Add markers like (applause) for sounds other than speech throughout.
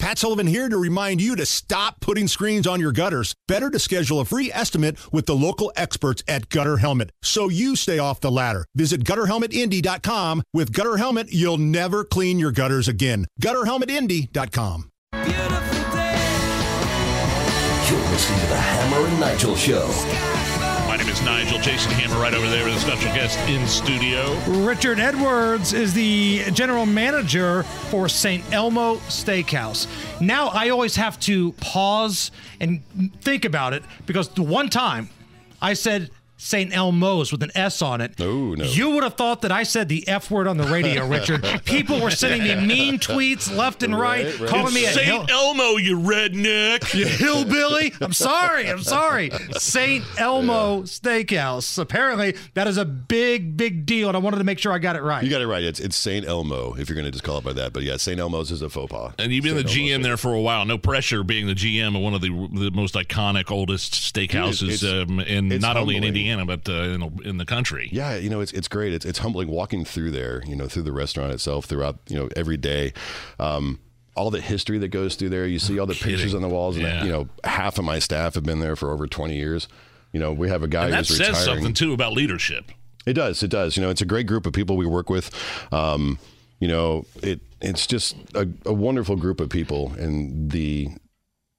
Matt Sullivan here to remind you to stop putting screens on your gutters. Better to schedule a free estimate with the local experts at Gutter Helmet so you stay off the ladder. Visit gutterhelmetindy.com. With Gutter Helmet, you'll never clean your gutters again. Gutterhelmetindy.com. You're listening to the Hammer and Nigel Show. My name is Nigel. Jason Hammer right over there with a special guest in studio. Richard Edwards is the general manager for St. Elmo Steakhouse. Now I always have to pause and think about it because the one time I said St. Elmo's with an S on it. Oh, No, no. You would have thought that I said the F word on the (laughs) radio, Richard. People were sending me mean tweets left and right, Right, right. calling It's me a St. hill- Elmo, you redneck. you hillbilly. I'm sorry. I'm sorry. St. Elmo Steakhouse. Apparently, that is a big, big deal, and I wanted to make sure I got it right. You got it right. It's it's Saint Elmo if you're going to just call it by that. But yeah, Saint Elmo's is a faux pas. And you've been the St. Elmo's GM there for a while. No pressure being the GM of one of the the most iconic, oldest steakhouses Dude, it's- um, in it's not only in humbling. Indiana but uh, in, in the country. Yeah, you know, it's it's great. It's it's humbling walking through there, you know, through the restaurant itself, throughout, you know, every day. Um, all the history that goes through there. You see all the pictures kidding. on the walls, and Yeah. you know, half of my staff have been there for over twenty years. You know, we have a guy And that who's says retiring. something too about leadership. It does. It does. You know, it's a great group of people we work with. Um, you know, it it's just a, a wonderful group of people, and the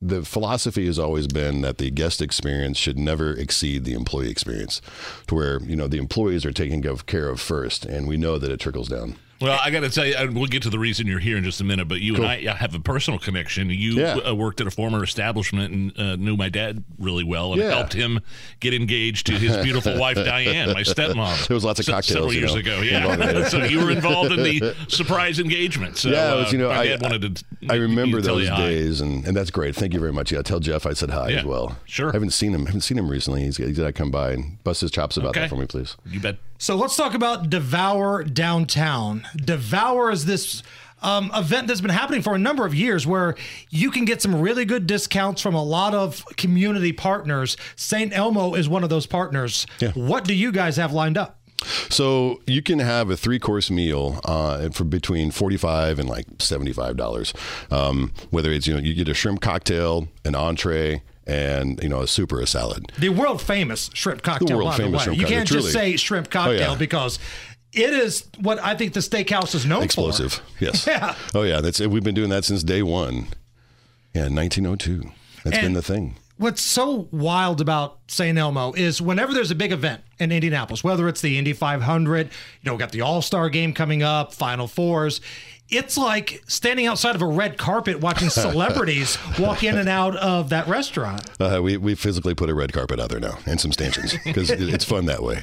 the philosophy has always been that the guest experience should never exceed the employee experience, to where you know the employees are taken of- care of first, and we know that it trickles down. Well, I got to tell you, and we'll get to the reason you're here in just a minute, but you and I uh, have a personal connection. You Yeah. uh, worked at a former establishment and uh, knew my dad really well and Yeah. helped him get engaged to his (laughs) beautiful wife, Diane, my stepmom. There was lots of se- cocktails, Several you years know, ago, involved in yeah. it. (laughs) so you were involved in the (laughs) surprise engagement. So, yeah, it was, uh, you know, my I, dad wanted to. I remember tell those you hi. days, and, and that's great. Thank you very much. Yeah, tell Jeff I said hi Yeah, as well. sure. haven't seen him. Haven't seen him recently. He's, he's got to come by and bust his chops about Okay. that for me, please. You bet. So let's talk about Devour Downtown. Devour is this um, event that's been happening for a number of years where you can get some really good discounts from a lot of community partners. St. Elmo is one of those partners. Yeah. What do you guys have lined up? So you can have a three course meal uh, for between forty five and like seventy five dollars. Um, whether it's you know you get a shrimp cocktail, an entree, and you know a soup or a salad. The world famous shrimp cocktail. world by famous the way. shrimp You cocktail, can't just truly. say shrimp cocktail Oh, yeah. because it is what I think the steakhouse is known Explosive, for. yes. (laughs) Yeah. Oh yeah, that's it. We've been doing that since day one. Yeah, nineteen oh two. That's been And- the thing. What's so wild about St. Elmo is whenever there's a big event in Indianapolis, whether it's the Indy 500, you know, we got the All Star game coming up, Final Fours. It's like standing outside of a red carpet (laughs) watching celebrities walk in and out of that restaurant. Uh, we we physically put a red carpet out there now and some stanchions because it, it's fun that way.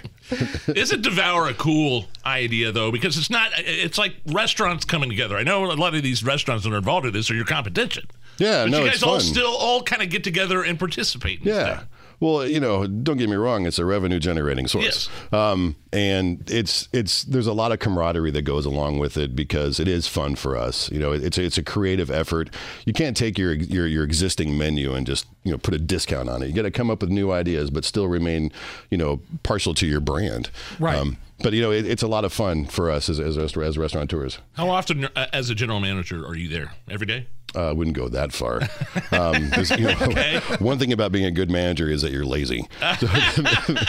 Isn't Devour a cool idea though? Because it's not. It's like restaurants coming together. I know a lot of these restaurants that are involved in this are your competition. Yeah, but no, you guys it's all fun. still all kind of get together and participate. in Yeah. stuff. Well, you know, don't get me wrong; it's a revenue generating source, um, and it's it's there's a lot of camaraderie that goes along with it because it is fun for us. You know, it's a, it's a creative effort. You can't take your your your existing menu and just you know put a discount on it. You got to come up with new ideas, but still remain you know partial to your brand. Um, Right. but you know, it, it's a lot of fun for us as as, rest- as restaurateurs. How often, uh, as a general manager, are you there every (laughs) day? I uh, wouldn't go that far. Um, 'cause, you know, (laughs) One thing about being a good manager is that you're lazy.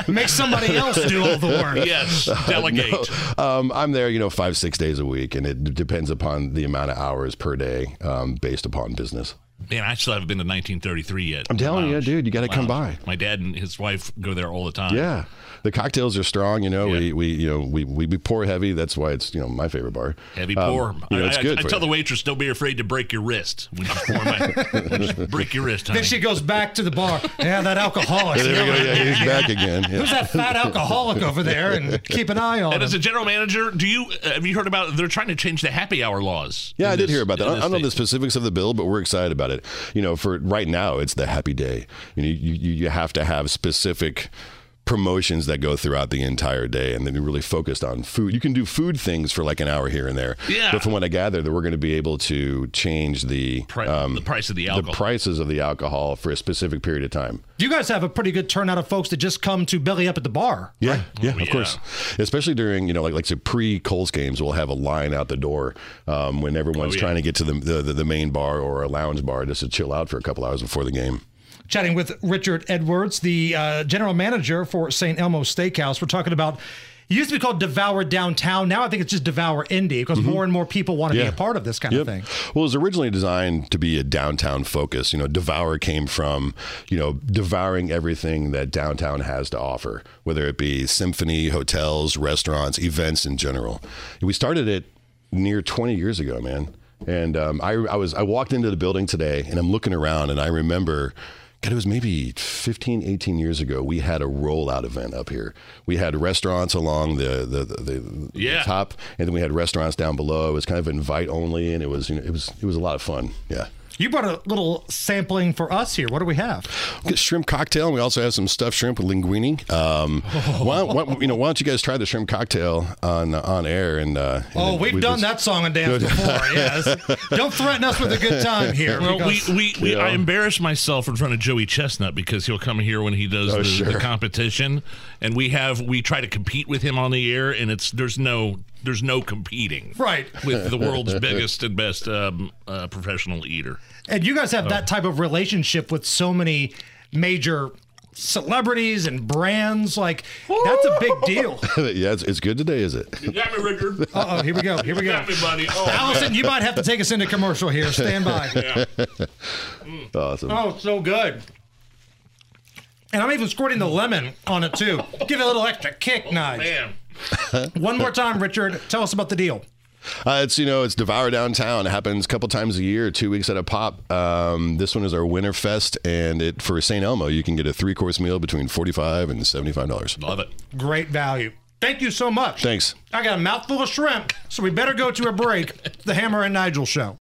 Make (laughs) somebody else do all the work. Yes, Uh, delegate. um, I'm there, you know, five, six days a week, and it d- depends upon the amount of hours per day um, based upon business. Man, I still haven't been to 1933 yet. I'm telling you, Lounge. dude, you got to come by. My dad and his wife go there all the time. Yeah, the cocktails are strong. You know, Yeah. we, we you know we, we we pour heavy. That's why it's you know my favorite bar. Heavy Um, pour. you know, it's I, I, good. I for tell you. the waitress, don't be afraid to break your wrist when you pour (laughs) my. just break your wrist, honey. Then she goes back to the bar. Yeah, that alcoholic. there we (laughs) go. Yeah, he's back again. Yeah. Who's that fat alcoholic over there? And keep an eye on and him. as a general manager, do you have you heard about? They're trying to change the happy hour laws. Yeah, in I did this- hear about that. in I I don't know the state. specifics of the bill, but we're excited about it. You know, for right now, it's the happy day. You know, you, you, you have to have specific promotions that go throughout the entire day and then really focused on food. You can do food things for like an hour here and there. Yeah. But from what I gather, that we're going to be able to change the Pri- um, the price of the the alcohol. prices of the alcohol for a specific period of time. You guys have a pretty good turnout of folks that just come to belly up at the bar. Yeah, yeah, of course. Especially during you know like like so pre Coles games, we'll have a line out the door um, when everyone's trying to get to the, the the the main bar or a lounge bar just to chill out for a couple hours before the game. Chatting with Richard Edwards, the uh, general manager for St. Elmo Steakhouse. We're talking about. It used to be called Devour Downtown. Now I think it's just Devour Indy because more and more people want to be Yeah. a part of this kind of thing. Well, it was originally designed to be a downtown focus. You know, Devour came from, you know, devouring everything that downtown has to offer, whether it be symphony, hotels, restaurants, events in general. We started it near 20 years ago, man. And um, I, I was I walked into the building today and I'm looking around and I remember God, it was maybe 15, 18 years ago. We had a rollout event up here. We had restaurants along the the, the, the Yeah. top up, and then we had restaurants down below. It was kind of invite only, and it was you know, it was it was a lot of fun. Yeah. You brought a little sampling for us here. What do we have? Got Shrimp cocktail. and We also have some stuffed shrimp with linguine. Um, why, don't- why- you know, why don't you guys try the shrimp cocktail on on air? And, uh, and Oh, then we've we- done that song and dance before. Yes, don't threaten us with a good time here. Well, we, because- we, we Yeah. I embarrass myself in front of Joey Chestnut because he'll come here when he does Oh, the, the sure. competition, and we have we try to compete with him on the air, and it's there's no there's no competing Right. with the (laughs) world's biggest and best um, uh, professional eater. and you guys have that type of relationship with so many major celebrities and brands. Like that's a big deal. (laughs) yeah, it's, it's good today, is it? (laughs) You got me, Richard. Uh oh, here we go. Here we go. got me, buddy. Oh, Allison, you might have to take us into commercial here. Stand by. (laughs) Awesome. Oh, it's so good. And I'm even squirting the lemon on it too. Give it a little extra kick, Nige. man. One more time, Richard. Tell us about the deal. Uh, it's you know it's devour downtown. It happens a couple times a year, two weeks at a pop. Um, this one is our winter fest, and it for St. Elmo, you can get a three course meal between forty five and seventy five dollars. Love it. Great value. Thank you so much. Thanks. I got a mouthful of shrimp, so we better go to a break. the Hammer and Nigel Show.